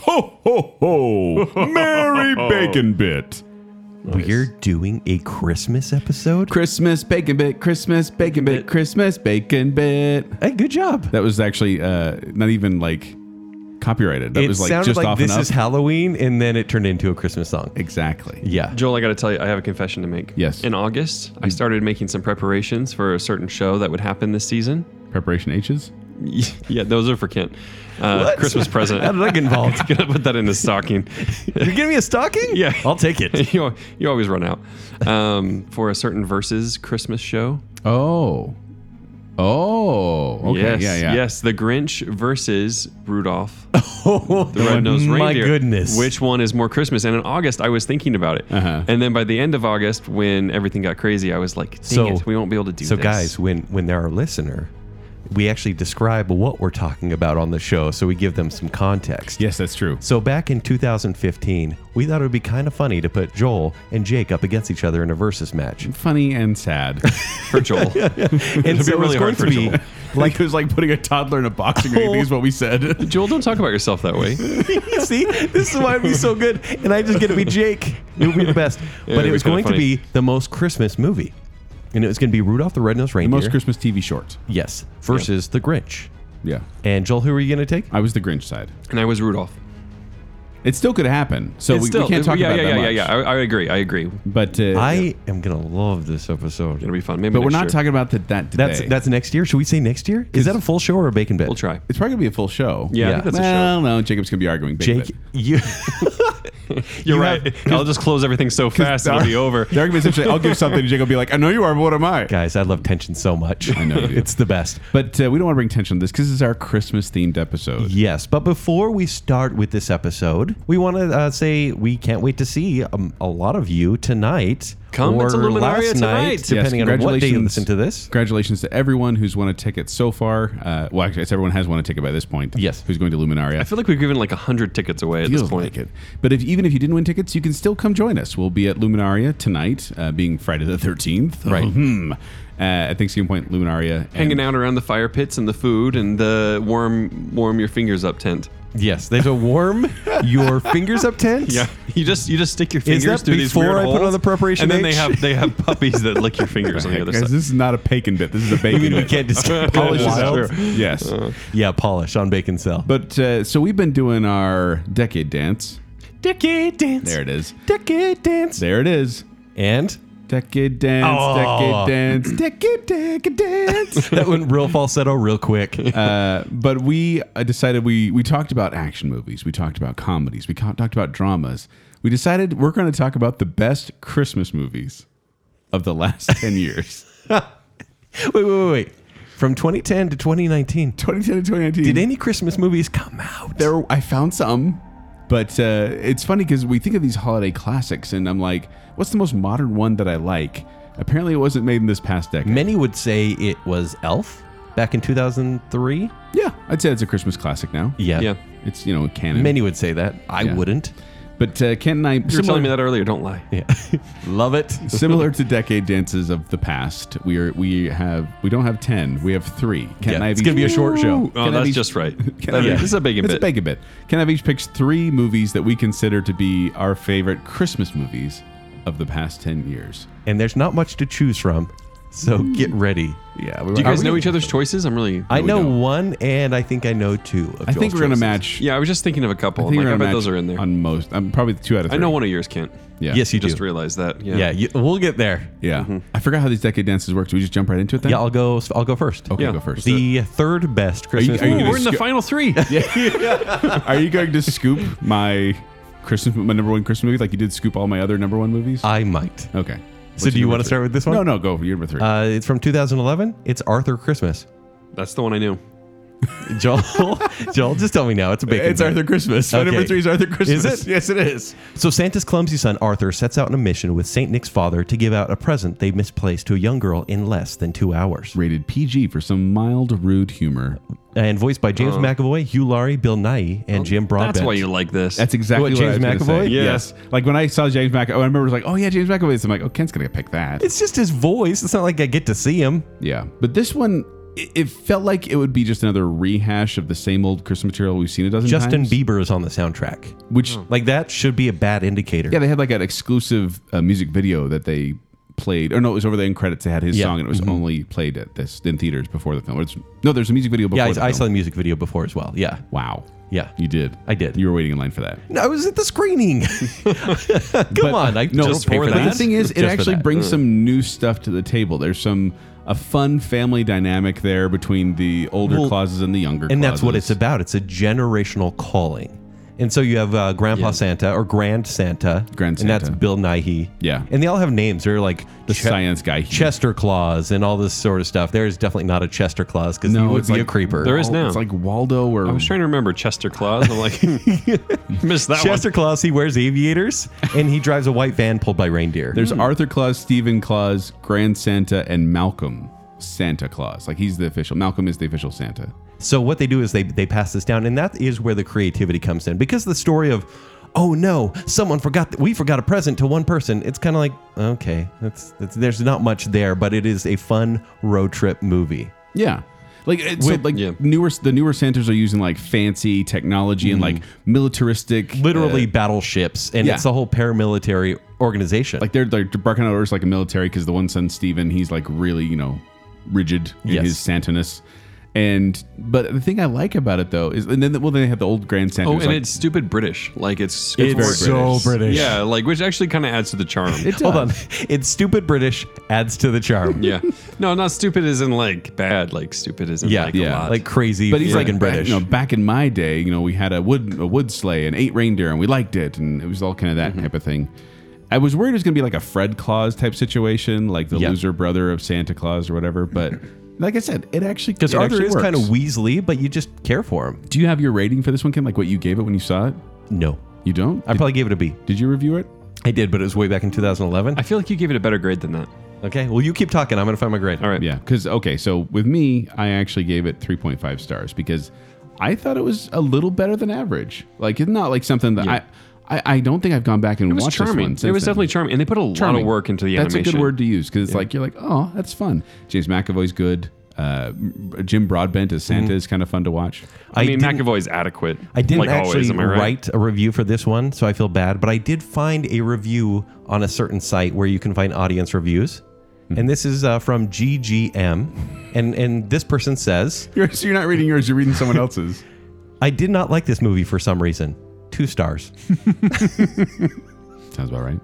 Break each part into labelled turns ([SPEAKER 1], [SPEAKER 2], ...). [SPEAKER 1] ho ho ho! Merry Bacon Bit.
[SPEAKER 2] We're doing a Christmas episode.
[SPEAKER 3] Christmas bacon bit, Christmas bacon bit, Christmas bacon bit.
[SPEAKER 2] Hey, good job.
[SPEAKER 3] That was actually uh, not even like copyrighted. That
[SPEAKER 2] it
[SPEAKER 3] was like
[SPEAKER 2] sounded
[SPEAKER 3] just
[SPEAKER 2] like
[SPEAKER 3] off
[SPEAKER 2] this
[SPEAKER 3] and up.
[SPEAKER 2] is Halloween, and then it turned into a Christmas song.
[SPEAKER 3] exactly.
[SPEAKER 2] Yeah.
[SPEAKER 4] Joel, I got to tell you, I have a confession to make.
[SPEAKER 3] Yes.
[SPEAKER 4] In August,
[SPEAKER 2] Mm.
[SPEAKER 4] I started making some preparations for a certain show that would happen this season.
[SPEAKER 3] Preparation H's.
[SPEAKER 4] yeah, those are for Kent. Uh, Christmas present.
[SPEAKER 2] How did I get involved?
[SPEAKER 4] gonna put that in the stocking.
[SPEAKER 2] You're giving me a stocking?
[SPEAKER 4] Yeah.
[SPEAKER 2] I'll take it.
[SPEAKER 4] you, al- you always run out um, for a certain verses Christmas show.
[SPEAKER 3] Oh. Oh. Okay.
[SPEAKER 4] yes,
[SPEAKER 3] yeah. Yeah.
[SPEAKER 4] yes, the Grinch versus Rudolph
[SPEAKER 2] Oh,
[SPEAKER 4] the Red Nosed
[SPEAKER 2] my
[SPEAKER 4] Reindeer.
[SPEAKER 2] goodness.
[SPEAKER 4] Which one is more Christmas? And in August, I was thinking about it.
[SPEAKER 3] Uh-huh.
[SPEAKER 4] And then by the end of August, when everything got crazy, I was like, dang
[SPEAKER 2] So-
[SPEAKER 4] it, we won't be able to do
[SPEAKER 2] So,
[SPEAKER 4] this.
[SPEAKER 2] guys, when when they're our listener, we actually describe what we're talking about on the show, so we give them some context.
[SPEAKER 3] Yes, that's true.
[SPEAKER 2] So back in 2015, we thought it would be kind of funny to put Joel and Jake up against each other in a versus match.
[SPEAKER 3] Funny and sad.
[SPEAKER 4] for Joel.
[SPEAKER 2] And
[SPEAKER 4] really hard for Joel.
[SPEAKER 3] like it was like putting a toddler in a boxing ring. Is what we said.
[SPEAKER 4] Joel, don't talk about yourself that way.
[SPEAKER 2] See, this is why it'd be so good. And I just get to be Jake. It would be the best. but
[SPEAKER 4] it'd
[SPEAKER 2] it
[SPEAKER 4] be
[SPEAKER 2] was
[SPEAKER 4] kinda
[SPEAKER 2] going to
[SPEAKER 4] funny.
[SPEAKER 2] be the most Christmas movie. And it was going to be Rudolph the Red-Nosed Reindeer.
[SPEAKER 3] Most Christmas TV short.
[SPEAKER 2] yes. Versus the Grinch.
[SPEAKER 3] Yeah.
[SPEAKER 2] And Joel, who are you going to take?
[SPEAKER 3] I was the Grinch side.
[SPEAKER 4] And I was Rudolph.
[SPEAKER 3] It still could happen. So
[SPEAKER 4] It's
[SPEAKER 3] we, we can't talk
[SPEAKER 4] yeah,
[SPEAKER 3] about
[SPEAKER 4] yeah,
[SPEAKER 3] that
[SPEAKER 4] yeah,
[SPEAKER 3] much.
[SPEAKER 4] yeah, yeah. I, I agree. I agree.
[SPEAKER 3] But uh,
[SPEAKER 2] I am going to love this
[SPEAKER 4] It'll
[SPEAKER 2] episode.
[SPEAKER 4] be fun. Maybe
[SPEAKER 3] but we're
[SPEAKER 4] next
[SPEAKER 3] not
[SPEAKER 4] year.
[SPEAKER 3] talking about that that today.
[SPEAKER 2] That's that's next year. Should we say next year? Is that a full show or a bacon bit?
[SPEAKER 4] We'll try.
[SPEAKER 3] It's probably gonna be a full show.
[SPEAKER 4] Yeah,
[SPEAKER 2] Yeah.
[SPEAKER 4] I think that's a
[SPEAKER 3] well, no, Jacob's gonna be arguing. big
[SPEAKER 2] Jake,
[SPEAKER 3] bit.
[SPEAKER 2] you
[SPEAKER 4] show. You're right. I'll just close everything so fast it'll be over.
[SPEAKER 3] The argument's essentially, I'll give something, and Jake will be like, "I know you are, but what am I?"
[SPEAKER 2] guys, I love tension so much. I
[SPEAKER 3] know you do.
[SPEAKER 2] it's the best.
[SPEAKER 3] But uh, we don't want to bring tension to this because it's our Christmas themed episode.
[SPEAKER 2] Yes, but before we start with this episode, we want to uh, say we can't wait to see um, a lot of you tonight.
[SPEAKER 4] Come
[SPEAKER 2] or
[SPEAKER 4] to Luminaria
[SPEAKER 2] last
[SPEAKER 4] tonight.
[SPEAKER 2] night,
[SPEAKER 4] Yes,
[SPEAKER 2] depending on what day you
[SPEAKER 3] congratulations.
[SPEAKER 2] listen to this.
[SPEAKER 3] Congratulations to everyone who's won a ticket so far. Uh, well, actually, it's everyone has won a ticket by this point.
[SPEAKER 2] Yes.
[SPEAKER 3] who's going to Luminaria?
[SPEAKER 4] I feel like we've given like 100 tickets away at this
[SPEAKER 3] Feels
[SPEAKER 4] point.
[SPEAKER 3] like it. But if even if you didn't win tickets, you can still come join us. We'll be at Luminaria tonight, uh, being Friday the thirteenth. Right. Hmm. Uh, at Thanksgiving Point Luminaria. and-
[SPEAKER 4] Hanging out around the fire pits and the food and the warm warm your fingers up tent.
[SPEAKER 2] Yes, there's a warm your fingers up tent.
[SPEAKER 4] Yeah, you just you just stick your fingers
[SPEAKER 2] that
[SPEAKER 4] through these
[SPEAKER 2] before
[SPEAKER 4] weird
[SPEAKER 2] I put
[SPEAKER 4] holes,
[SPEAKER 2] on the preparation
[SPEAKER 4] and then
[SPEAKER 2] H?
[SPEAKER 4] they have they have puppies that lick your fingers on the other
[SPEAKER 3] Guys,
[SPEAKER 4] side.
[SPEAKER 3] this is not a bacon bit. This is a bacon
[SPEAKER 2] I mean, we
[SPEAKER 3] bit.
[SPEAKER 2] can't just get
[SPEAKER 3] Polish is
[SPEAKER 2] wild.
[SPEAKER 3] true. Yes.
[SPEAKER 2] Yeah, polish on bacon cell.
[SPEAKER 3] But uh, so we've been doing our decade dance.
[SPEAKER 2] decade dance.
[SPEAKER 3] There it is.
[SPEAKER 2] Decade dance.
[SPEAKER 3] There it is.
[SPEAKER 2] And
[SPEAKER 3] Decade dance.
[SPEAKER 2] Oh.
[SPEAKER 3] Decade dance. Decade decade dance.
[SPEAKER 2] that went real falsetto, real quick.
[SPEAKER 3] Uh, but we uh, decided we we talked about action movies. We talked about comedies. We co- talked about dramas. We decided we're going to talk about the best Christmas movies of the last ten years.
[SPEAKER 2] wait, wait, wait, wait. From 2010 to 2019,
[SPEAKER 3] 2010 to 2019.
[SPEAKER 2] did any Christmas movies come out?
[SPEAKER 3] there I found some, but uh, it's funny because we think of these holiday classics, and I'm like, what's the most modern one that I like? Apparently, it wasn't made in this past decade.
[SPEAKER 2] Many would say it was Elf back in 2003.
[SPEAKER 3] yeah, I'd say it's a Christmas classic now.
[SPEAKER 2] Yeah.
[SPEAKER 4] yeah,
[SPEAKER 3] It's you know canon.
[SPEAKER 2] Many would say that. I
[SPEAKER 3] Yeah.
[SPEAKER 2] wouldn't.
[SPEAKER 3] but uh, Kent and I
[SPEAKER 4] you were
[SPEAKER 3] similar-
[SPEAKER 4] telling me that earlier. Don't lie.
[SPEAKER 2] Yeah. Love it.
[SPEAKER 3] similar to decade dances of the past, we are we have we don't have ten, we have three. Can
[SPEAKER 2] Yeah, it's gonna be a short show.
[SPEAKER 4] Oh, that's just right.
[SPEAKER 3] Can
[SPEAKER 4] That
[SPEAKER 3] I
[SPEAKER 4] is-
[SPEAKER 3] have
[SPEAKER 4] This is a bacon
[SPEAKER 3] It's
[SPEAKER 4] bit.
[SPEAKER 3] a bacon bit. Can I have each picks three movies that we consider to be our favorite Christmas movies of the past ten years?
[SPEAKER 2] And there's not much to choose from, so get ready.
[SPEAKER 3] Yeah. We
[SPEAKER 4] Do you guys know each other's choices? I'm really.
[SPEAKER 2] I
[SPEAKER 3] Hmm. we
[SPEAKER 2] know
[SPEAKER 3] don't.
[SPEAKER 2] one, and I think I know two. Of
[SPEAKER 3] I think
[SPEAKER 2] Joel's
[SPEAKER 3] we're gonna
[SPEAKER 2] choices.
[SPEAKER 3] match.
[SPEAKER 4] yeah, I was just thinking of a couple.
[SPEAKER 3] I
[SPEAKER 4] I,
[SPEAKER 3] think
[SPEAKER 4] like,
[SPEAKER 3] we're
[SPEAKER 4] I
[SPEAKER 3] gonna
[SPEAKER 4] bet
[SPEAKER 3] match
[SPEAKER 4] those are in there.
[SPEAKER 3] on most. I'm probably two out of.
[SPEAKER 4] I
[SPEAKER 3] three.
[SPEAKER 4] know one of yours, Kent.
[SPEAKER 3] Yeah.
[SPEAKER 2] Yes, you
[SPEAKER 4] Just
[SPEAKER 2] do.
[SPEAKER 4] realized that. Yeah.
[SPEAKER 2] Yeah, you, we'll get there.
[SPEAKER 3] Yeah.
[SPEAKER 4] Mm-hmm.
[SPEAKER 3] I forgot how these decade dances work. Do we just jump right into it then?
[SPEAKER 2] Yeah, I'll go. I'll go first.
[SPEAKER 3] okay,
[SPEAKER 4] Yeah.
[SPEAKER 3] go first.
[SPEAKER 2] The third best Christmas
[SPEAKER 3] are you
[SPEAKER 2] movie.
[SPEAKER 4] Ooh, we're in the
[SPEAKER 3] Sc-
[SPEAKER 4] final three.
[SPEAKER 3] Are you going to scoop my Christmas, my number one Christmas movie, like you did scoop all my other number one movies?
[SPEAKER 2] I might.
[SPEAKER 3] okay.
[SPEAKER 2] So do you want to start with this one?
[SPEAKER 3] No, no, go. You're number three.
[SPEAKER 2] Uh, it's from 2011. It's Arthur Christmas.
[SPEAKER 4] That's the one I knew.
[SPEAKER 2] Joel, Joel, just tell me now. It's a bacon.
[SPEAKER 3] it's
[SPEAKER 2] bit.
[SPEAKER 3] Arthur Christmas. My
[SPEAKER 2] Okay.
[SPEAKER 3] number three is Arthur Christmas.
[SPEAKER 2] Is it?
[SPEAKER 3] Yes, it is.
[SPEAKER 2] So Santa's clumsy son Arthur sets out on a mission with Saint Nick's father to give out a present they misplaced to a young girl in less than two hours.
[SPEAKER 3] Rated PG for some mild, rude humor.
[SPEAKER 2] And voiced by James McAvoy, Hugh Laurie, Bill Nye, and Jim Broadbent.
[SPEAKER 4] That's why you like this.
[SPEAKER 3] Uh-huh. Oh, That's exactly
[SPEAKER 2] What,
[SPEAKER 3] what,
[SPEAKER 2] James
[SPEAKER 3] I was gonna
[SPEAKER 2] McAvoy?
[SPEAKER 3] say.
[SPEAKER 4] Yeah.
[SPEAKER 3] Yes. Like when I saw James McAvoy, I remember it was like, oh yeah, James McAvoy. So I'm like, oh, Kent's gonna pick that.
[SPEAKER 2] It's just his voice. It's not like I get to see him.
[SPEAKER 3] yeah. But this one, it, it felt like it would be just another rehash of the same old Christmas material we've seen a dozen
[SPEAKER 2] Justin
[SPEAKER 3] times.
[SPEAKER 2] Bieber Oh. is on the soundtrack.
[SPEAKER 3] which
[SPEAKER 2] Like that should be a bad indicator.
[SPEAKER 3] yeah, they had like an exclusive uh, music video that they played, or no, it was over the end credits. They had his
[SPEAKER 2] Yeah.
[SPEAKER 3] song, and it was only played at this in theaters before the film. Or It's, no, there's a music video before.
[SPEAKER 2] yeah, I-
[SPEAKER 3] the
[SPEAKER 2] I,
[SPEAKER 3] film.
[SPEAKER 2] saw the music video before as well. Yeah,
[SPEAKER 3] Wow.
[SPEAKER 2] yeah.
[SPEAKER 3] You did.
[SPEAKER 2] I did.
[SPEAKER 3] You were waiting in line for that.
[SPEAKER 2] No, I was at the screening. Come on, I
[SPEAKER 3] No,
[SPEAKER 2] just pay for
[SPEAKER 3] but
[SPEAKER 2] that.
[SPEAKER 3] the thing is, it
[SPEAKER 2] Just for
[SPEAKER 3] actually
[SPEAKER 2] that.
[SPEAKER 3] brings some new stuff to the table. There's some a fun family dynamic there between the older
[SPEAKER 2] Well,
[SPEAKER 3] clauses and the younger.
[SPEAKER 2] and that's what it's
[SPEAKER 3] about.
[SPEAKER 2] about. It's a generational calling. And so you have uh, Grandpa Santa or Grand Santa,
[SPEAKER 3] Grand
[SPEAKER 2] and that's
[SPEAKER 3] Santa.
[SPEAKER 2] Bill Nighy.
[SPEAKER 3] Yeah.
[SPEAKER 2] and they all have names. They're like
[SPEAKER 3] the science guy. Here.
[SPEAKER 2] Chester Claus and all this sort of stuff. There is definitely not a Chester Claus because
[SPEAKER 3] No,
[SPEAKER 2] he would
[SPEAKER 3] it's
[SPEAKER 2] be a
[SPEAKER 3] like-
[SPEAKER 2] creeper.
[SPEAKER 4] There is
[SPEAKER 3] Oh,
[SPEAKER 4] now.
[SPEAKER 3] It's like Waldo or
[SPEAKER 4] I was trying to remember Chester Claus. I'm like, missed that
[SPEAKER 2] Chester Claus. He wears aviators and he drives a white van pulled by reindeer.
[SPEAKER 3] There's Arthur Claus, Stephen Claus, Grand Santa, and Malcolm Santa Claus. Like he's the official. Malcolm is the official Santa.
[SPEAKER 2] So what they do is they they pass this down, and that is where the creativity comes in because the story of oh no, someone forgot that we forgot a present to one person. It's kind of like okay, that's, that's there's not much there, but it is a fun road trip movie.
[SPEAKER 3] Yeah. Like it's so, like
[SPEAKER 4] yeah.
[SPEAKER 3] newer the newer Santas are using like fancy technology and like militaristic
[SPEAKER 2] Mm-hmm. Literally
[SPEAKER 3] uh,
[SPEAKER 2] battleships, and
[SPEAKER 3] yeah.
[SPEAKER 2] it's a whole paramilitary organization.
[SPEAKER 3] like they're they're barking out orders like a military because the one son Stephen he's like really you know rigid in
[SPEAKER 2] Yes.
[SPEAKER 3] his Santaness. And but the thing I like about it though is and then well then they have the old Grand Santa.
[SPEAKER 4] Oh,
[SPEAKER 3] who's
[SPEAKER 4] and
[SPEAKER 3] like-
[SPEAKER 4] it's stupid British. Like it's
[SPEAKER 2] It's so
[SPEAKER 4] more-
[SPEAKER 5] British.
[SPEAKER 4] Yeah, like which actually kind of adds to the charm.
[SPEAKER 3] it
[SPEAKER 2] Hold
[SPEAKER 3] does.
[SPEAKER 2] on, it's stupid British adds to the charm.
[SPEAKER 4] yeah, no, not stupid isn't like bad. Like stupid isn't
[SPEAKER 2] Yeah,
[SPEAKER 4] like a
[SPEAKER 3] yeah,
[SPEAKER 4] lot.
[SPEAKER 2] like crazy,
[SPEAKER 3] But he's like eh,
[SPEAKER 2] friggin'
[SPEAKER 3] British.
[SPEAKER 2] British.
[SPEAKER 3] You know, back in my day, you know, we had a wood a wood sleigh and eight reindeer, and we liked it, and it was all kind of that type of thing. I was worried it was going to be like a Fred Claus type situation, like the
[SPEAKER 2] Yeah.
[SPEAKER 3] loser brother of Santa Claus or whatever. But like I said, it actually
[SPEAKER 2] because
[SPEAKER 3] it
[SPEAKER 2] Arthur
[SPEAKER 3] actually
[SPEAKER 2] is kind of
[SPEAKER 3] works.
[SPEAKER 2] Weasley, but you just care for him.
[SPEAKER 3] Do you have your rating for this one, Ken? Like what you gave it when you saw it?
[SPEAKER 2] No,
[SPEAKER 3] You don't?
[SPEAKER 2] I
[SPEAKER 3] did,
[SPEAKER 2] probably gave it a B.
[SPEAKER 3] did you review it?
[SPEAKER 2] I did, but it was way back in 2011.
[SPEAKER 4] I feel like you gave it a better grade than that.
[SPEAKER 2] Okay. Well, you keep talking. I'm going to find my grade.
[SPEAKER 4] All right.
[SPEAKER 3] Yeah, because okay, so with me, I actually gave it three point five stars because I thought it was a little better than average. Like it's not like something that
[SPEAKER 4] Yeah.
[SPEAKER 3] I, I I don't think I've gone back and
[SPEAKER 4] It was
[SPEAKER 3] watched this
[SPEAKER 4] charming.
[SPEAKER 3] one.
[SPEAKER 4] It
[SPEAKER 3] since
[SPEAKER 4] was
[SPEAKER 3] then.
[SPEAKER 4] definitely charming, and they put a lot of work into the
[SPEAKER 3] That's
[SPEAKER 4] animation.
[SPEAKER 3] a good word to use because it's like you're like, oh, that's fun. James McAvoy's good. Uh, Jim Broadbent as
[SPEAKER 4] Mm-hmm.
[SPEAKER 3] Santa is kind of fun to watch.
[SPEAKER 4] I, mean,
[SPEAKER 2] didn't-
[SPEAKER 4] McAvoy's adequate.
[SPEAKER 2] I didn't
[SPEAKER 4] like
[SPEAKER 2] actually
[SPEAKER 4] always, am I right?
[SPEAKER 2] write a review for this one, so I feel bad. But I did find a review on a certain site where you can find audience reviews,
[SPEAKER 4] Hmm.
[SPEAKER 2] and this is uh, from GGM, and and this person says,
[SPEAKER 3] You're, so you're not reading yours; you're reading someone else's.
[SPEAKER 2] "I did not like this movie for some reason. Two stars.
[SPEAKER 3] Sounds about right.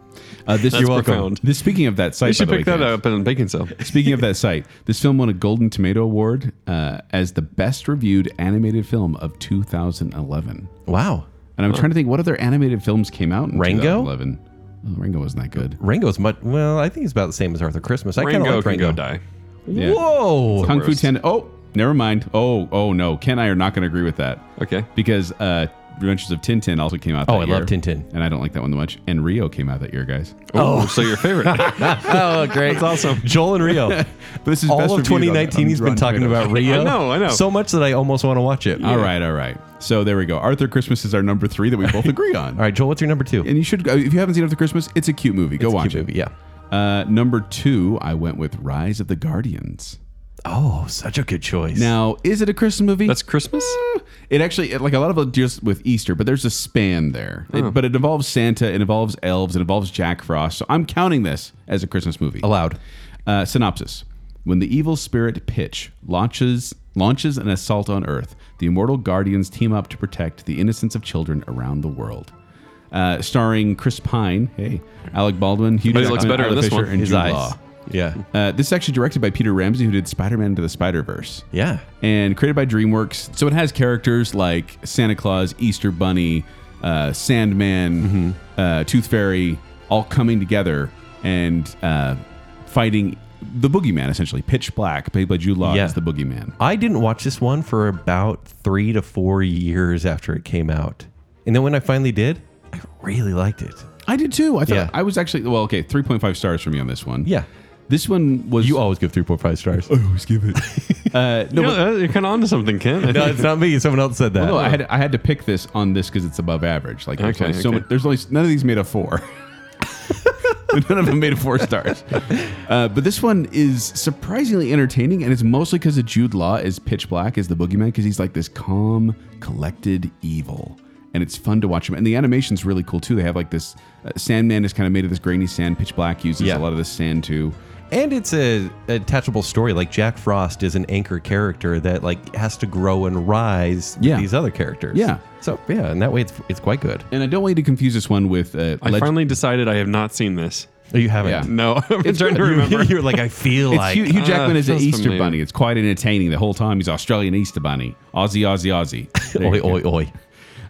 [SPEAKER 3] Uh, this
[SPEAKER 4] That's You're welcome. profound.
[SPEAKER 3] This speaking of that site,
[SPEAKER 4] You should
[SPEAKER 3] by the
[SPEAKER 4] pick
[SPEAKER 3] way,
[SPEAKER 4] that
[SPEAKER 3] Ken.
[SPEAKER 4] up in baking soda.
[SPEAKER 3] Speaking of that site, this film won a Golden Tomato Award uh, as the best reviewed animated film of 2011.
[SPEAKER 2] Wow,
[SPEAKER 3] And I'm trying to think what other animated films came out in
[SPEAKER 2] Rango?
[SPEAKER 3] 2011. Oh, Rango wasn't that good.
[SPEAKER 2] Rango's much. Well, I think it's about the same as Arthur Christmas. I kind of
[SPEAKER 4] Rango
[SPEAKER 2] like
[SPEAKER 4] can
[SPEAKER 2] Rango.
[SPEAKER 4] go die.
[SPEAKER 3] Yeah.
[SPEAKER 2] Whoa.
[SPEAKER 3] Kung Fu
[SPEAKER 4] worst.
[SPEAKER 3] Ten. Oh, never mind. Oh, oh no. Ken and I are not going to agree with that
[SPEAKER 4] Okay.
[SPEAKER 3] because uh, Adventures of Tintin also came out.
[SPEAKER 2] Oh,
[SPEAKER 3] that
[SPEAKER 2] I love
[SPEAKER 3] year.
[SPEAKER 2] Tintin.
[SPEAKER 3] and I don't like that one that much. And Rio came out that year, guys.
[SPEAKER 4] Oh, so your favorite?
[SPEAKER 2] Oh, great. It's awesome. Joel and Rio.
[SPEAKER 3] But this is best
[SPEAKER 2] All of
[SPEAKER 3] reviewed on-
[SPEAKER 2] 2019,
[SPEAKER 3] on
[SPEAKER 2] he's been
[SPEAKER 3] Rotten
[SPEAKER 2] talking
[SPEAKER 3] Tomatoes.
[SPEAKER 2] about Rio.
[SPEAKER 4] I know, I know.
[SPEAKER 2] So much that I almost want to watch it.
[SPEAKER 3] All right, all right. So there we go. Arthur Christmas is our number three that we both agree on.
[SPEAKER 2] All right, Joel, what's your number two?
[SPEAKER 3] and you should go if you haven't seen After Christmas. It's a cute movie. Go
[SPEAKER 2] It's a
[SPEAKER 3] watch
[SPEAKER 2] cute
[SPEAKER 3] it.
[SPEAKER 2] movie, yeah.
[SPEAKER 3] Uh, number two, I went with Rise of the Guardians.
[SPEAKER 2] Oh, such a good choice.
[SPEAKER 3] Now, is it a Christmas movie? Eh,
[SPEAKER 4] That's Christmas.
[SPEAKER 3] it actually it- like a lot of it deals with Easter, but there's a span there. It- but it involves Santa, it involves elves, it involves Jack Frost. So I'm counting this as a Christmas movie.
[SPEAKER 2] allowed.
[SPEAKER 3] Uh, synopsis: When the evil spirit Pitch launches launches an assault on Earth, the immortal guardians team up to protect the innocence of children around the world. Uh, starring Chris Pine, hey, Alec Baldwin, Hugh
[SPEAKER 4] But he looks
[SPEAKER 3] Jackman,
[SPEAKER 4] better in
[SPEAKER 3] Isla
[SPEAKER 4] this
[SPEAKER 3] Fisher,
[SPEAKER 4] one.
[SPEAKER 3] and
[SPEAKER 2] His
[SPEAKER 3] Jude
[SPEAKER 2] eyes.
[SPEAKER 3] Law.
[SPEAKER 2] Yeah.
[SPEAKER 3] Uh, this is actually directed by Peter Ramsey, who did Spider-Man to the Spider-Verse
[SPEAKER 2] Yeah.
[SPEAKER 3] and created by DreamWorks. So it has characters like Santa Claus, Easter Bunny, uh, Sandman, uh, Tooth Fairy, all coming together and uh, fighting the Boogeyman, essentially. Pitch Black, played by Jude Law,
[SPEAKER 2] Yeah.
[SPEAKER 3] is the Boogeyman.
[SPEAKER 2] I didn't watch this one for about three to four years after it came out. And then when I finally did, I really liked it.
[SPEAKER 3] I did too. I thought
[SPEAKER 2] Yeah.
[SPEAKER 3] I was actually well. Okay, three point five stars for me on this one.
[SPEAKER 2] Yeah.
[SPEAKER 3] this one was
[SPEAKER 2] You always give 3.5 stars.
[SPEAKER 3] I always give it. uh, no, but-
[SPEAKER 4] You know, uh, you're kind of onto something, Ken.
[SPEAKER 2] no, it's not me. Someone else said that.
[SPEAKER 3] no, I had I had to pick this on this because it's above average. Like there's
[SPEAKER 4] Uh, Okay,
[SPEAKER 3] only so
[SPEAKER 4] okay.
[SPEAKER 3] much, there's only none of these made a four. None of them made it four stars. Uh, but this one is surprisingly entertaining, and it's mostly because of Jude Law is pitch black as the boogeyman because he's like this calm, collected evil. And it's fun to watch him. And the animation's really cool too. They have like this uh, Sandman is kind of made of this grainy sand. Pitch Black uses
[SPEAKER 2] Yeah.
[SPEAKER 3] a lot of this sand too.
[SPEAKER 2] And it's a attachable story. Like Jack Frost is an anchor character that like has to grow and rise with
[SPEAKER 3] Yeah.
[SPEAKER 2] these other characters.
[SPEAKER 3] Yeah.
[SPEAKER 2] So yeah, in that way, it's it's quite good.
[SPEAKER 3] And I don't want you to confuse this one with uh,
[SPEAKER 4] I
[SPEAKER 3] Leg-
[SPEAKER 4] finally decided I have not seen this.
[SPEAKER 2] Oh, You haven't.
[SPEAKER 3] Yeah.
[SPEAKER 4] No, I'm trying to
[SPEAKER 2] You-
[SPEAKER 4] remember.
[SPEAKER 2] You're like, I feel
[SPEAKER 3] It's
[SPEAKER 2] like uh,
[SPEAKER 3] Hugh, Hugh Jackman is an
[SPEAKER 4] feels
[SPEAKER 3] Easter
[SPEAKER 4] familiar.
[SPEAKER 3] bunny. It's quite entertaining the whole time. He's Australian Easter bunny. Aussie, Aussie, Aussie. There
[SPEAKER 2] oi
[SPEAKER 3] you go.
[SPEAKER 2] oi oi.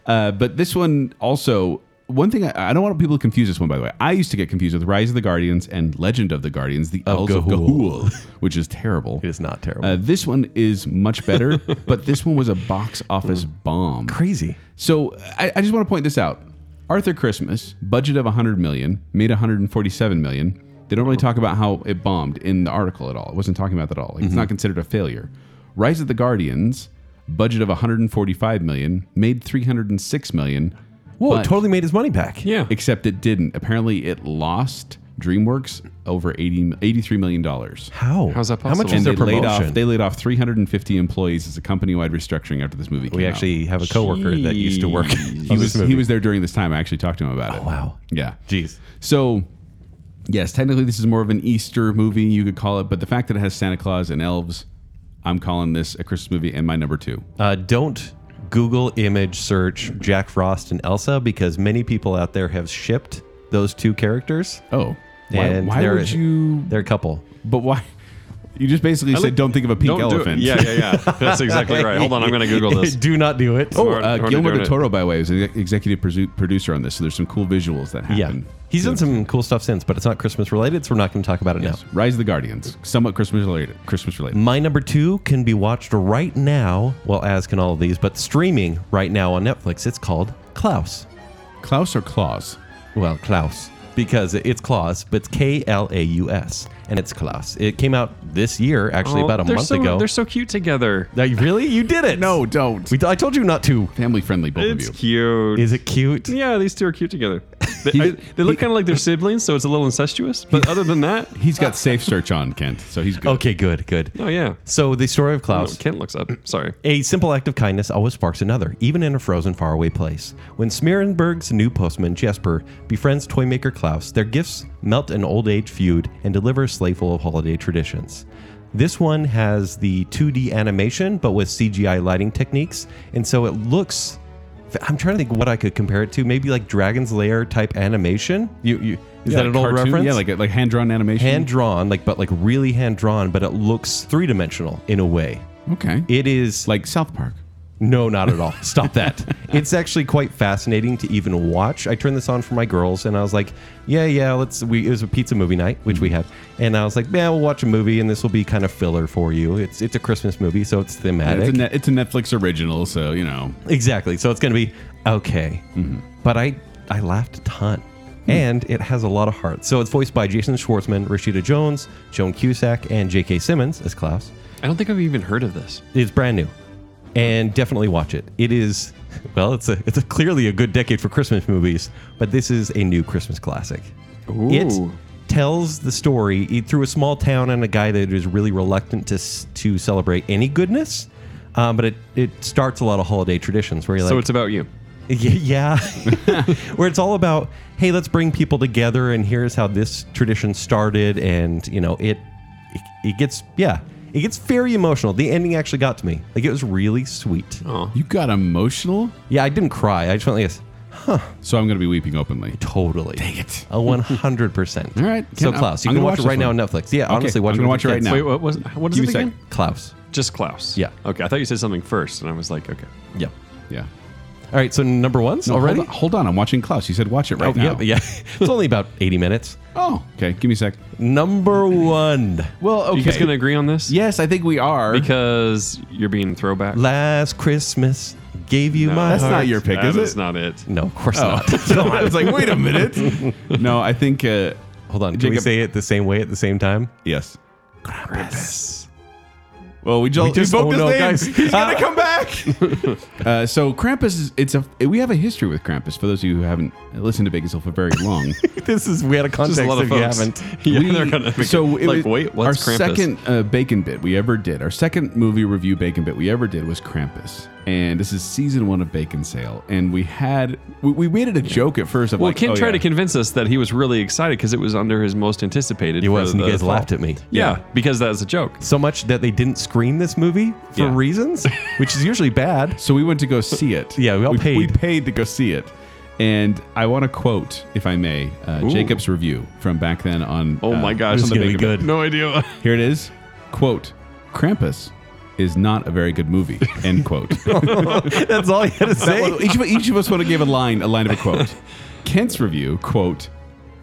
[SPEAKER 3] Uh, but this one also, one thing I, I don't want people to confuse this one. By the way, I used to get confused with Rise of the Guardians and Legend of the Guardians, the Elves of
[SPEAKER 2] Ga'Hoole.
[SPEAKER 3] Ga'Hoole, which is terrible.
[SPEAKER 2] Oh, It is not terrible.
[SPEAKER 3] Uh, this one is much better, but this one was a box office
[SPEAKER 2] Mm.
[SPEAKER 3] bomb.
[SPEAKER 2] Crazy.
[SPEAKER 3] So I, I just want to point this out. Arthur Christmas, budget of 100 million, made 147 million. They don't really talk about how it bombed in the article at all. It wasn't talking about that at all. Like, It's
[SPEAKER 2] Mm-hmm.
[SPEAKER 3] not considered a failure. Rise of the Guardians, budget of 145 million, made 306 million.
[SPEAKER 2] Whoa!
[SPEAKER 3] but-
[SPEAKER 2] totally made his money back.
[SPEAKER 4] yeah.
[SPEAKER 3] Except it didn't. Apparently, it lost DreamWorks over 80, 83 million dollars.
[SPEAKER 2] How?
[SPEAKER 4] How's that
[SPEAKER 2] How much
[SPEAKER 4] possible?
[SPEAKER 2] is
[SPEAKER 3] And
[SPEAKER 2] their
[SPEAKER 3] they laid,
[SPEAKER 2] promotion?
[SPEAKER 3] off, they laid off 350 employees as a company-wide restructuring after this movie came
[SPEAKER 2] we
[SPEAKER 3] out.
[SPEAKER 2] actually have a coworker that used to work.
[SPEAKER 3] he was he was there during this time. I actually talked to him about it.
[SPEAKER 2] wow.
[SPEAKER 3] Yeah.
[SPEAKER 2] Jeez.
[SPEAKER 3] So, yes, technically this is more of an Easter movie you could call it, but the fact that it has Santa Claus and elves, I'm calling this a Christmas movie and my number two.
[SPEAKER 2] Uh, don't Google image search Jack Frost and Elsa because many people out there have shipped those two characters.
[SPEAKER 3] Oh, why,
[SPEAKER 2] and
[SPEAKER 3] why
[SPEAKER 2] they're-
[SPEAKER 3] would you?
[SPEAKER 2] They're a couple.
[SPEAKER 3] But why? You just basically said
[SPEAKER 4] look-
[SPEAKER 3] don't think of a pink
[SPEAKER 4] Don't do it.
[SPEAKER 3] elephant.
[SPEAKER 4] Yeah, yeah, yeah. That's exactly right. Hold on, I'm going to Google this.
[SPEAKER 2] Do not do it.
[SPEAKER 3] Oh,
[SPEAKER 4] We're-
[SPEAKER 3] uh,
[SPEAKER 4] we're already
[SPEAKER 3] Guillermo
[SPEAKER 4] doing
[SPEAKER 3] del
[SPEAKER 4] it.
[SPEAKER 3] Toro, by the way, is the executive produ- producer on this, so there's some cool visuals that
[SPEAKER 2] yeah.
[SPEAKER 3] happen.
[SPEAKER 2] He's done some cool stuff since, but it's not Christmas related, so we're not going to talk about it now.
[SPEAKER 3] Rise of the Guardians, somewhat Christmas related. Christmas related.
[SPEAKER 2] My number two can be watched right now. Well, as can all of these, but streaming right now on Netflix. It's called Klaus. Mm.
[SPEAKER 3] Klaus or Claus?
[SPEAKER 2] Well, Klaus. Because it's Klaus, but it's K L A U S, and it's Klaus. It came out this year, actually,
[SPEAKER 4] Oh,
[SPEAKER 2] about a
[SPEAKER 4] they're
[SPEAKER 2] month
[SPEAKER 4] so-
[SPEAKER 2] ago.
[SPEAKER 4] They're so cute together.
[SPEAKER 2] Now, you- really? You did it?
[SPEAKER 3] No, don't.
[SPEAKER 2] We, I told you not to.
[SPEAKER 3] Family friendly, both
[SPEAKER 4] It's
[SPEAKER 3] of you.
[SPEAKER 4] cute.
[SPEAKER 2] Is it cute?
[SPEAKER 4] Yeah, these two are cute together. They, I- they look kind of like they're siblings, so it's a little incestuous. But other than that,
[SPEAKER 3] He's got safe search on, Kent, so he's good.
[SPEAKER 2] Okay, good, good.
[SPEAKER 4] oh yeah.
[SPEAKER 2] So, the story of
[SPEAKER 4] Oh,
[SPEAKER 2] Klaus.
[SPEAKER 4] Kent looks up. Sorry.
[SPEAKER 2] A simple act of kindness always sparks another, even in a frozen, faraway place. When Smearenberg's new postman, Jesper, befriends toymaker Klaus, their gifts melt an old age feud and deliver a sleigh full of holiday traditions. This one has the 2D animation, but with CGI lighting techniques, and so it looks. I'm trying to think what I could compare it to. Maybe like Dragon's Lair type animation. You, you is that an old
[SPEAKER 3] cartoon?
[SPEAKER 2] reference?
[SPEAKER 3] Yeah, like like hand drawn animation.
[SPEAKER 2] hand drawn, like but like really hand drawn, but it looks three dimensional in a way.
[SPEAKER 3] Okay.
[SPEAKER 2] It is
[SPEAKER 3] like South Park.
[SPEAKER 2] no, not at all. Stop that. it's actually quite fascinating to even watch. I turned this on for my girls, and I was like, "Yeah, yeah, let's." We it was a pizza movie night, which we had, and I was like, "Yeah, we'll watch a movie, and this will be kind of filler for you. It's it's a Christmas movie, so it's thematic.
[SPEAKER 3] It's a, net, it's a Netflix original, so you know.
[SPEAKER 2] Exactly. So it's going to be okay. But I I laughed a ton. And it has a lot of heart. So it's voiced by Jason Schwartzman, Rashida Jones, Joan Cusack, and J.K. Simmons as Klaus.
[SPEAKER 4] I don't think I've even heard of this.
[SPEAKER 2] It's brand new, and definitely watch it. It is, well, it's a it's a clearly a good decade for Christmas movies, but this is a new Christmas classic. It
[SPEAKER 4] Ooh.
[SPEAKER 2] tells the story e- through a small town and a guy that is really reluctant to s- to celebrate any goodness. Um, but it, it starts a lot of holiday traditions where you're like,
[SPEAKER 4] so it's about you.
[SPEAKER 2] Y- Yeah. Where it's all about, hey, let's bring people together and here's how this tradition started and, you know, it it, it gets yeah, it gets very emotional. The ending actually got to me. Like it was really sweet.
[SPEAKER 3] You got emotional,
[SPEAKER 2] Yeah, I didn't cry. I just went like this.
[SPEAKER 3] so I'm going to be weeping openly.
[SPEAKER 2] Totally. Dang
[SPEAKER 3] it.
[SPEAKER 2] A 100%.
[SPEAKER 3] All right,
[SPEAKER 2] So
[SPEAKER 3] Ken, I'm-
[SPEAKER 2] Klaus, you
[SPEAKER 3] I'm
[SPEAKER 2] can
[SPEAKER 3] gonna watch
[SPEAKER 2] watch, it right
[SPEAKER 3] this
[SPEAKER 2] now on
[SPEAKER 3] one.
[SPEAKER 2] Netflix. Yeah,
[SPEAKER 3] Okay,
[SPEAKER 2] honestly,
[SPEAKER 3] I'm
[SPEAKER 2] watch
[SPEAKER 3] gonna
[SPEAKER 2] it
[SPEAKER 3] watch it right now.
[SPEAKER 4] Wait, what was? What is
[SPEAKER 3] Give
[SPEAKER 4] it
[SPEAKER 3] me a
[SPEAKER 4] again?
[SPEAKER 3] sec.
[SPEAKER 2] Klaus.
[SPEAKER 4] Just Klaus.
[SPEAKER 2] Yeah.
[SPEAKER 4] Okay. I thought you said something first, and I was like, okay.
[SPEAKER 2] Yeah.
[SPEAKER 3] Yeah.
[SPEAKER 2] All right, so number 1's
[SPEAKER 3] No,
[SPEAKER 2] already?
[SPEAKER 3] Hold on, hold on, I'm watching Klaus. You said watch it right
[SPEAKER 2] Oh,
[SPEAKER 3] now.
[SPEAKER 2] yeah, yeah. it's only about 80 minutes.
[SPEAKER 3] Oh, okay. Give me a sec.
[SPEAKER 2] Number 1.
[SPEAKER 3] Well,
[SPEAKER 4] You guys gonna agree on this?
[SPEAKER 3] yes, I think we are.
[SPEAKER 4] Because you're being throwback.
[SPEAKER 2] Last Christmas gave you
[SPEAKER 4] No.
[SPEAKER 2] my
[SPEAKER 3] That's
[SPEAKER 2] heart.
[SPEAKER 3] not your pick,
[SPEAKER 4] That
[SPEAKER 3] is it?
[SPEAKER 4] is not it.
[SPEAKER 2] No, of course
[SPEAKER 3] Oh.
[SPEAKER 2] not.
[SPEAKER 3] I was like, wait a minute. no, I think. Uh,
[SPEAKER 2] Hold on. Did we
[SPEAKER 3] Jacob-
[SPEAKER 2] say it the same way at the same time?
[SPEAKER 3] yes. Well, we just,
[SPEAKER 2] just-
[SPEAKER 3] invoked
[SPEAKER 2] oh,
[SPEAKER 3] his
[SPEAKER 2] no,
[SPEAKER 3] name.
[SPEAKER 2] guys.
[SPEAKER 3] He's gonna
[SPEAKER 2] Ah.
[SPEAKER 3] come back. uh, so Krampus is it's a we have a history with Krampus. For those of you who haven't listened to Bacon Soul for very long,
[SPEAKER 2] this is we had a
[SPEAKER 4] Just
[SPEAKER 2] context
[SPEAKER 4] a lot of
[SPEAKER 2] if you
[SPEAKER 4] folks.
[SPEAKER 2] haven't.
[SPEAKER 4] Yeah,
[SPEAKER 3] we-
[SPEAKER 4] they're gonna be
[SPEAKER 3] so it
[SPEAKER 4] like,
[SPEAKER 3] was-
[SPEAKER 4] wait, what's
[SPEAKER 3] our
[SPEAKER 4] Krampus?
[SPEAKER 3] second uh, bacon bit we ever did, our second movie review bacon bit we ever did was Krampus, and this is season one of Bacon Sale, and we had we, we made it a joke at first of
[SPEAKER 4] well,
[SPEAKER 3] like,
[SPEAKER 4] Ken
[SPEAKER 3] oh,
[SPEAKER 4] tried
[SPEAKER 3] yeah.
[SPEAKER 4] to convince us that he was really excited because it was under his most anticipated.
[SPEAKER 2] It
[SPEAKER 4] for
[SPEAKER 2] was, and you
[SPEAKER 4] the
[SPEAKER 2] guys
[SPEAKER 4] fall.
[SPEAKER 2] laughed at me.
[SPEAKER 4] Yeah, because that was a joke.
[SPEAKER 2] So much that they didn't screen this movie for
[SPEAKER 3] Yeah.
[SPEAKER 2] reasons, which is usually bad.
[SPEAKER 3] So we went to go see it.
[SPEAKER 2] Yeah, we all
[SPEAKER 3] We
[SPEAKER 2] paid.
[SPEAKER 3] paid to go see it. And I want to quote, if I may, uh, Jacob's review from back then on.
[SPEAKER 4] Oh
[SPEAKER 3] uh,
[SPEAKER 4] my gosh,
[SPEAKER 2] this is
[SPEAKER 4] on the
[SPEAKER 2] gonna be
[SPEAKER 4] big-
[SPEAKER 2] good.
[SPEAKER 4] No idea.
[SPEAKER 3] Here it is. Quote, Krampus is not a very good movie. End quote.
[SPEAKER 2] That's all you had to
[SPEAKER 3] That
[SPEAKER 2] say.
[SPEAKER 3] one- each, of, each of us want to give a line, a line of a quote. Kent's review, quote,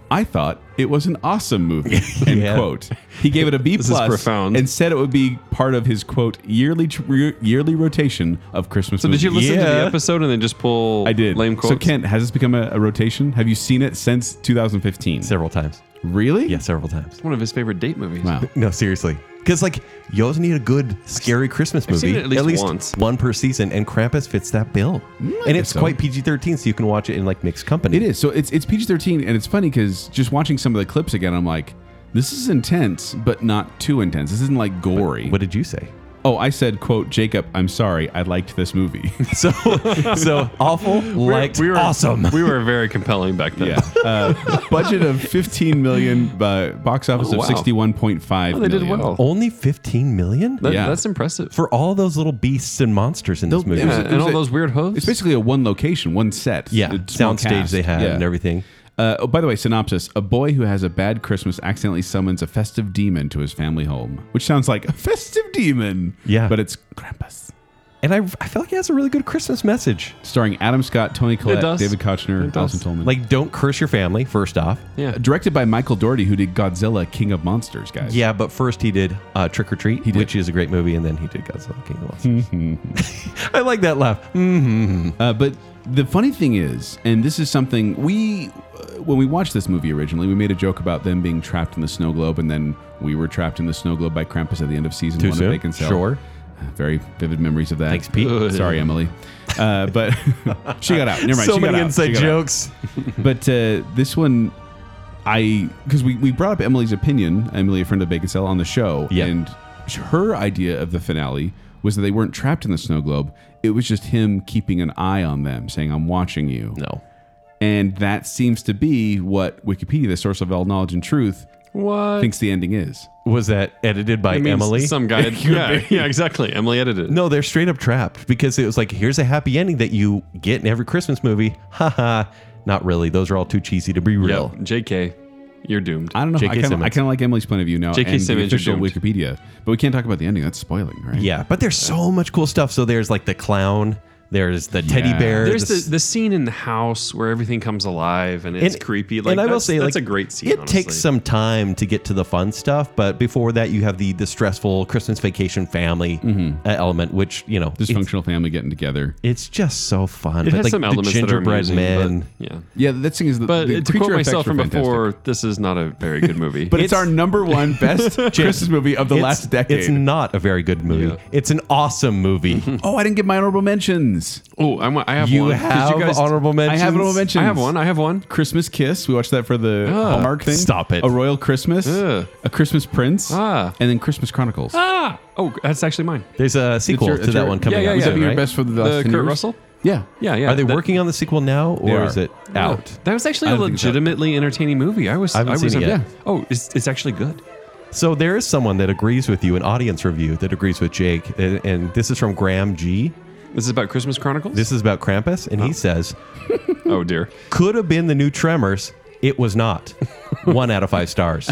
[SPEAKER 3] I thought it was an awesome movie. End
[SPEAKER 2] Yeah.
[SPEAKER 3] quote. He gave it a B
[SPEAKER 4] is
[SPEAKER 3] plus
[SPEAKER 4] profound.
[SPEAKER 3] and said it would be part of his quote yearly tr- yearly rotation of Christmas.
[SPEAKER 4] So did you
[SPEAKER 3] movies.
[SPEAKER 4] listen to
[SPEAKER 2] Yeah.
[SPEAKER 4] the episode and then just pull?
[SPEAKER 3] I did.
[SPEAKER 4] Lame quotes.
[SPEAKER 3] So Kent, has this become a, a rotation? Have you seen it since 2015?
[SPEAKER 2] Several times.
[SPEAKER 3] Really?
[SPEAKER 2] Yeah, several times.
[SPEAKER 4] one of his favorite date movies.
[SPEAKER 3] Wow.
[SPEAKER 2] No, seriously. Because, like, you always need a good, scary Christmas
[SPEAKER 4] I've
[SPEAKER 2] movie.
[SPEAKER 4] seen it at least once.
[SPEAKER 2] one per season, and Krampus fits that bill.
[SPEAKER 3] I
[SPEAKER 2] and
[SPEAKER 3] guess
[SPEAKER 2] it's
[SPEAKER 3] so.
[SPEAKER 2] quite PG 13, so you can watch it in, like, mixed company.
[SPEAKER 3] It is. So it's it's PG thirteen, and it's funny because just watching some of the clips again, I'm like, this is intense, but not too intense. This isn't like gory.
[SPEAKER 2] What did you say?
[SPEAKER 3] oh, I said, quote, Jacob, I'm sorry, I liked this movie.
[SPEAKER 2] So, so awful, liked,
[SPEAKER 4] we were
[SPEAKER 2] awesome.
[SPEAKER 4] We were very compelling back then.
[SPEAKER 3] yeah. Uh, budget of 15 million, uh, box office
[SPEAKER 4] Oh, wow.
[SPEAKER 3] of 61.5.
[SPEAKER 4] Oh, they did
[SPEAKER 3] million.
[SPEAKER 4] well.
[SPEAKER 2] Only 15 million?
[SPEAKER 4] That-
[SPEAKER 3] Yeah.
[SPEAKER 4] That's impressive.
[SPEAKER 2] For all those little beasts and monsters in this
[SPEAKER 3] Those-
[SPEAKER 2] movie.
[SPEAKER 3] it was-
[SPEAKER 4] Yeah,
[SPEAKER 3] it
[SPEAKER 4] and all
[SPEAKER 3] a-
[SPEAKER 4] those weird hooves.
[SPEAKER 3] It's basically a one location, one set.
[SPEAKER 2] Yeah,
[SPEAKER 3] It's small
[SPEAKER 2] soundstage
[SPEAKER 3] cast.
[SPEAKER 2] they had
[SPEAKER 3] Yeah.
[SPEAKER 2] and everything.
[SPEAKER 3] Uh, oh, by the way, synopsis: A boy who has a bad Christmas accidentally summons a festive demon to his family home, which sounds like a festive demon.
[SPEAKER 2] Yeah.
[SPEAKER 3] but it's Krampus.
[SPEAKER 2] And I, I feel like it has a really good Christmas message.
[SPEAKER 3] Starring Adam Scott, Tony Collette,
[SPEAKER 4] does.
[SPEAKER 3] David Kochner,
[SPEAKER 4] It does.
[SPEAKER 3] Alison Tolman.
[SPEAKER 2] Like, don't curse your family, first off.
[SPEAKER 4] yeah.
[SPEAKER 3] directed by Michael Doherty, who did Godzilla, King of Monsters, guys.
[SPEAKER 2] Yeah, but first he did uh, Trick or Treat,
[SPEAKER 3] did.
[SPEAKER 2] which is a great movie, and then he did Godzilla King of the Monsters. I like that laugh. hmm
[SPEAKER 3] Uh, but the funny thing is, and this is something we, uh, when we watched this movie originally, we made a joke about them being trapped in the snow globe, and then we were trapped in the snow globe by Krampus at the end of season
[SPEAKER 2] Too
[SPEAKER 3] one of
[SPEAKER 2] soon?
[SPEAKER 3] Bacon Cell.
[SPEAKER 2] Mm-hmm.
[SPEAKER 3] Uh,
[SPEAKER 2] Sure.
[SPEAKER 3] Very vivid memories of that.
[SPEAKER 2] Thanks, Pete.
[SPEAKER 3] Sorry, Emily. Uh, but she got out. Never mind.
[SPEAKER 2] so
[SPEAKER 3] she got
[SPEAKER 2] many
[SPEAKER 3] out. She
[SPEAKER 2] inside
[SPEAKER 3] got out.
[SPEAKER 2] jokes.
[SPEAKER 3] But uh, this one, I because we, we brought up Emily's opinion, Emily, a friend of Bacon Cell, on the show,
[SPEAKER 2] Yeah.
[SPEAKER 3] and sh- her idea of the finale was that they weren't trapped in the snow globe. It was just him keeping an eye on them, saying, "I'm watching you,"
[SPEAKER 2] No.
[SPEAKER 3] and that seems to be what Wikipedia, the source of all knowledge and truth,
[SPEAKER 4] What?
[SPEAKER 3] thinks the ending is.
[SPEAKER 2] Was that edited by
[SPEAKER 4] I mean,
[SPEAKER 2] Emily?
[SPEAKER 4] Some guy. yeah, yeah, exactly. Emily edited. it.
[SPEAKER 2] no, they're straight up trapped because it was like, here's a happy ending that you get in every Christmas movie. Haha. Not really. Those are all too cheesy to be
[SPEAKER 4] Yep.
[SPEAKER 2] real.
[SPEAKER 4] Jk, you're doomed.
[SPEAKER 3] I don't know.
[SPEAKER 2] J.K.
[SPEAKER 3] I kind of
[SPEAKER 2] Simmons.
[SPEAKER 3] I kind of like Emily's point of view now
[SPEAKER 4] J.K.
[SPEAKER 3] and the
[SPEAKER 4] Simmons, you're
[SPEAKER 3] official
[SPEAKER 4] doomed.
[SPEAKER 3] Wikipedia, but we can't talk about the ending. That's spoiling, right?
[SPEAKER 2] Yeah, but there's so much cool stuff. So there's like the clown, there's the teddy
[SPEAKER 3] Yeah.
[SPEAKER 2] bear.
[SPEAKER 4] There's
[SPEAKER 2] s-
[SPEAKER 4] the, the scene in the house where everything comes alive and it's creepy. Like
[SPEAKER 2] and I will
[SPEAKER 4] that's,
[SPEAKER 2] say,
[SPEAKER 4] that's
[SPEAKER 2] like,
[SPEAKER 4] a great scene.
[SPEAKER 2] It
[SPEAKER 4] honestly.
[SPEAKER 2] takes some time to get to the fun stuff, but before that, you have the the stressful Christmas vacation family
[SPEAKER 4] Mm-hmm.
[SPEAKER 2] uh, element, which you know, it's,
[SPEAKER 3] Dysfunctional family getting together.
[SPEAKER 2] it's just so fun.
[SPEAKER 4] It
[SPEAKER 2] but
[SPEAKER 4] has
[SPEAKER 2] like
[SPEAKER 4] some
[SPEAKER 2] the
[SPEAKER 4] elements
[SPEAKER 2] gingerbread
[SPEAKER 4] that are amusing,
[SPEAKER 2] men.
[SPEAKER 4] But, yeah.
[SPEAKER 3] Yeah, that thing is. The,
[SPEAKER 4] But uh,
[SPEAKER 3] the
[SPEAKER 4] to quote
[SPEAKER 3] creature effects
[SPEAKER 4] myself
[SPEAKER 3] were
[SPEAKER 4] from
[SPEAKER 3] fantastic.
[SPEAKER 4] before, this is not a very good movie.
[SPEAKER 3] But it's, our number one best Christmas movie of the
[SPEAKER 2] It's-
[SPEAKER 3] last decade.
[SPEAKER 2] It's not a very good movie.
[SPEAKER 4] Yeah.
[SPEAKER 2] It's an awesome movie.
[SPEAKER 3] oh, I didn't get my honorable mentions.
[SPEAKER 4] oh, I'm, I have
[SPEAKER 2] you
[SPEAKER 4] one. 'Cause
[SPEAKER 2] have
[SPEAKER 4] guys-
[SPEAKER 2] honorable mentions.
[SPEAKER 3] I have honorable mentions.
[SPEAKER 4] I have one. I have one.
[SPEAKER 3] Christmas Kiss. We watched that for the Hallmark thing.
[SPEAKER 2] stop it.
[SPEAKER 3] A Royal Christmas.
[SPEAKER 4] Ugh.
[SPEAKER 3] A Christmas Prince.
[SPEAKER 4] Ah.
[SPEAKER 3] And then Christmas Chronicles.
[SPEAKER 4] Ah. Oh, that's actually mine.
[SPEAKER 2] There's a sequel
[SPEAKER 3] your-
[SPEAKER 2] to
[SPEAKER 3] it's
[SPEAKER 2] that
[SPEAKER 3] your-
[SPEAKER 2] one coming out.
[SPEAKER 4] yeah, yeah,
[SPEAKER 3] Is that
[SPEAKER 2] soon,
[SPEAKER 3] your
[SPEAKER 2] right?
[SPEAKER 3] best for the
[SPEAKER 4] The
[SPEAKER 3] last ten
[SPEAKER 4] Kurt
[SPEAKER 3] years?
[SPEAKER 4] Russell.
[SPEAKER 3] Yeah.
[SPEAKER 4] Yeah, yeah.
[SPEAKER 2] Are they
[SPEAKER 4] that-
[SPEAKER 2] working on the sequel now, or is
[SPEAKER 3] are.
[SPEAKER 2] it
[SPEAKER 4] Yeah.
[SPEAKER 2] out?
[SPEAKER 4] That was actually
[SPEAKER 3] I
[SPEAKER 4] a
[SPEAKER 3] don't think it's out.
[SPEAKER 4] legitimately entertaining movie. I was.
[SPEAKER 2] I haven't
[SPEAKER 4] was.
[SPEAKER 2] seen it yet.
[SPEAKER 4] Oh, it's, it's actually good.
[SPEAKER 2] So there is someone that agrees with you, an audience review that agrees with Jake, and, and this is from Graham G.
[SPEAKER 4] This is about Christmas Chronicles.
[SPEAKER 2] This is about Krampus, and he says,
[SPEAKER 4] oh dear.
[SPEAKER 2] "Could have been the new Tremors. It was not." One out of five stars.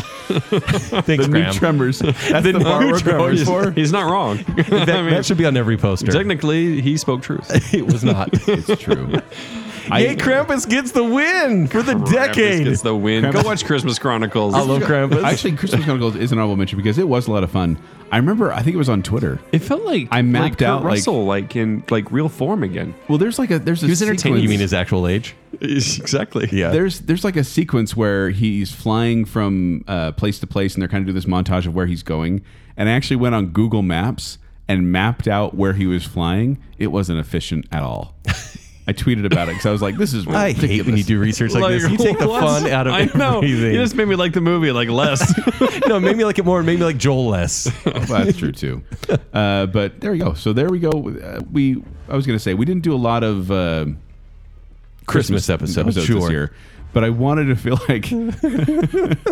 [SPEAKER 2] Thanks,
[SPEAKER 3] New
[SPEAKER 2] Graham.
[SPEAKER 3] Tremors. That's the, bar we're going
[SPEAKER 4] He's,
[SPEAKER 3] for.
[SPEAKER 4] he's not wrong.
[SPEAKER 2] that,
[SPEAKER 4] I mean,
[SPEAKER 2] that should be on every poster.
[SPEAKER 4] technically, he spoke truth.
[SPEAKER 2] It was not.
[SPEAKER 3] It's true.
[SPEAKER 2] Yay, Krampus gets the win for the
[SPEAKER 4] Krampus
[SPEAKER 2] decade.
[SPEAKER 4] gets the win. Go watch Christmas Chronicles.
[SPEAKER 2] I love Krampus.
[SPEAKER 3] Actually, Christmas Chronicles is an honorable mention because it was a lot of fun. I remember, I think it was on Twitter.
[SPEAKER 4] It felt like
[SPEAKER 3] I mapped
[SPEAKER 4] like Kurt
[SPEAKER 3] out, like-
[SPEAKER 4] Russell like, in like real form again.
[SPEAKER 3] Well, there's like a there's a
[SPEAKER 4] was entertaining.
[SPEAKER 3] sequence-
[SPEAKER 2] you mean his actual age?
[SPEAKER 4] exactly.
[SPEAKER 2] Yeah.
[SPEAKER 3] There's there's like a sequence where he's flying from uh, place to place, and they're kind of do this montage of where he's going. And I actually went on Google Maps and mapped out where he was flying, it wasn't efficient at all. I tweeted about it because I was like, "This is
[SPEAKER 2] I
[SPEAKER 3] ridiculous."
[SPEAKER 2] hate when you do research like, this. You take the
[SPEAKER 4] what?
[SPEAKER 2] fun out of
[SPEAKER 4] I know.
[SPEAKER 2] everything.
[SPEAKER 4] You just made me like the movie like less.
[SPEAKER 2] no, maybe like it more. Maybe like Joel less.
[SPEAKER 3] Well, that's true too. Uh, but there we go. So there we go. Uh, we I was gonna say we didn't do a lot of uh,
[SPEAKER 2] Christmas episode.
[SPEAKER 3] episodes this year, but I wanted to feel like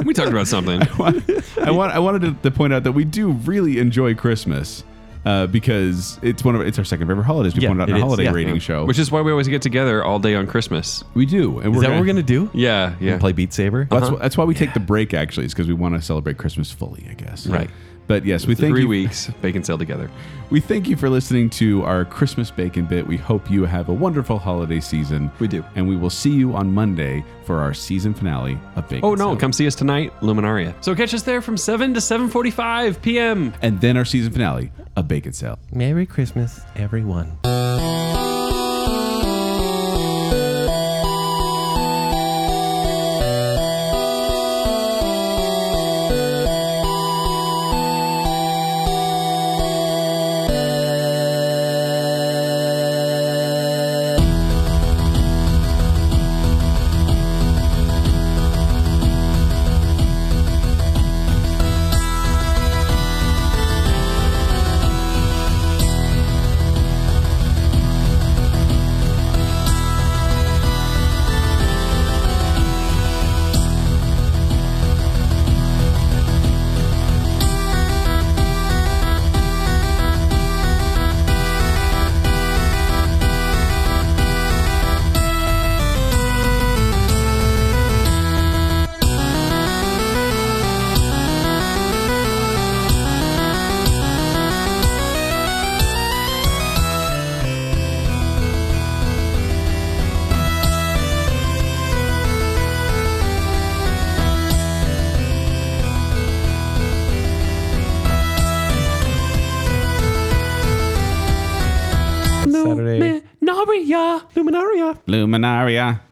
[SPEAKER 4] we talked about something.
[SPEAKER 3] I want I wanted to, to point out that we do really enjoy Christmas uh, because it's one of it's our second favorite holidays. We
[SPEAKER 2] Yeah,
[SPEAKER 3] pointed out in
[SPEAKER 2] it
[SPEAKER 3] a
[SPEAKER 2] is.
[SPEAKER 3] holiday
[SPEAKER 2] Yeah.
[SPEAKER 3] rating show,
[SPEAKER 4] Which is why we always get together all day on Christmas.
[SPEAKER 3] we do, and
[SPEAKER 2] Is that what we're gonna do? Uh-huh.
[SPEAKER 4] Yeah, yeah.
[SPEAKER 2] Play Beat Saber.
[SPEAKER 3] Well, That's, wh- that's why we take the break actually, is because we want to celebrate Christmas fully, I guess.
[SPEAKER 2] Right.
[SPEAKER 3] But yes, we thank
[SPEAKER 4] Three
[SPEAKER 3] you.
[SPEAKER 4] weeks bacon sale together.
[SPEAKER 3] We thank you for listening to our Christmas bacon bit. We hope you have a wonderful holiday season.
[SPEAKER 4] We do.
[SPEAKER 3] and we will see you on Monday for our season finale of Bacon.
[SPEAKER 4] Oh no,
[SPEAKER 3] Salad.
[SPEAKER 4] come see us tonight, Luminaria. So catch us there from 7 to 7:45 p.m.
[SPEAKER 3] and then our season finale of Bacon Sale.
[SPEAKER 2] Merry Christmas, everyone. Saturday.
[SPEAKER 4] Luminaria.
[SPEAKER 3] Luminaria.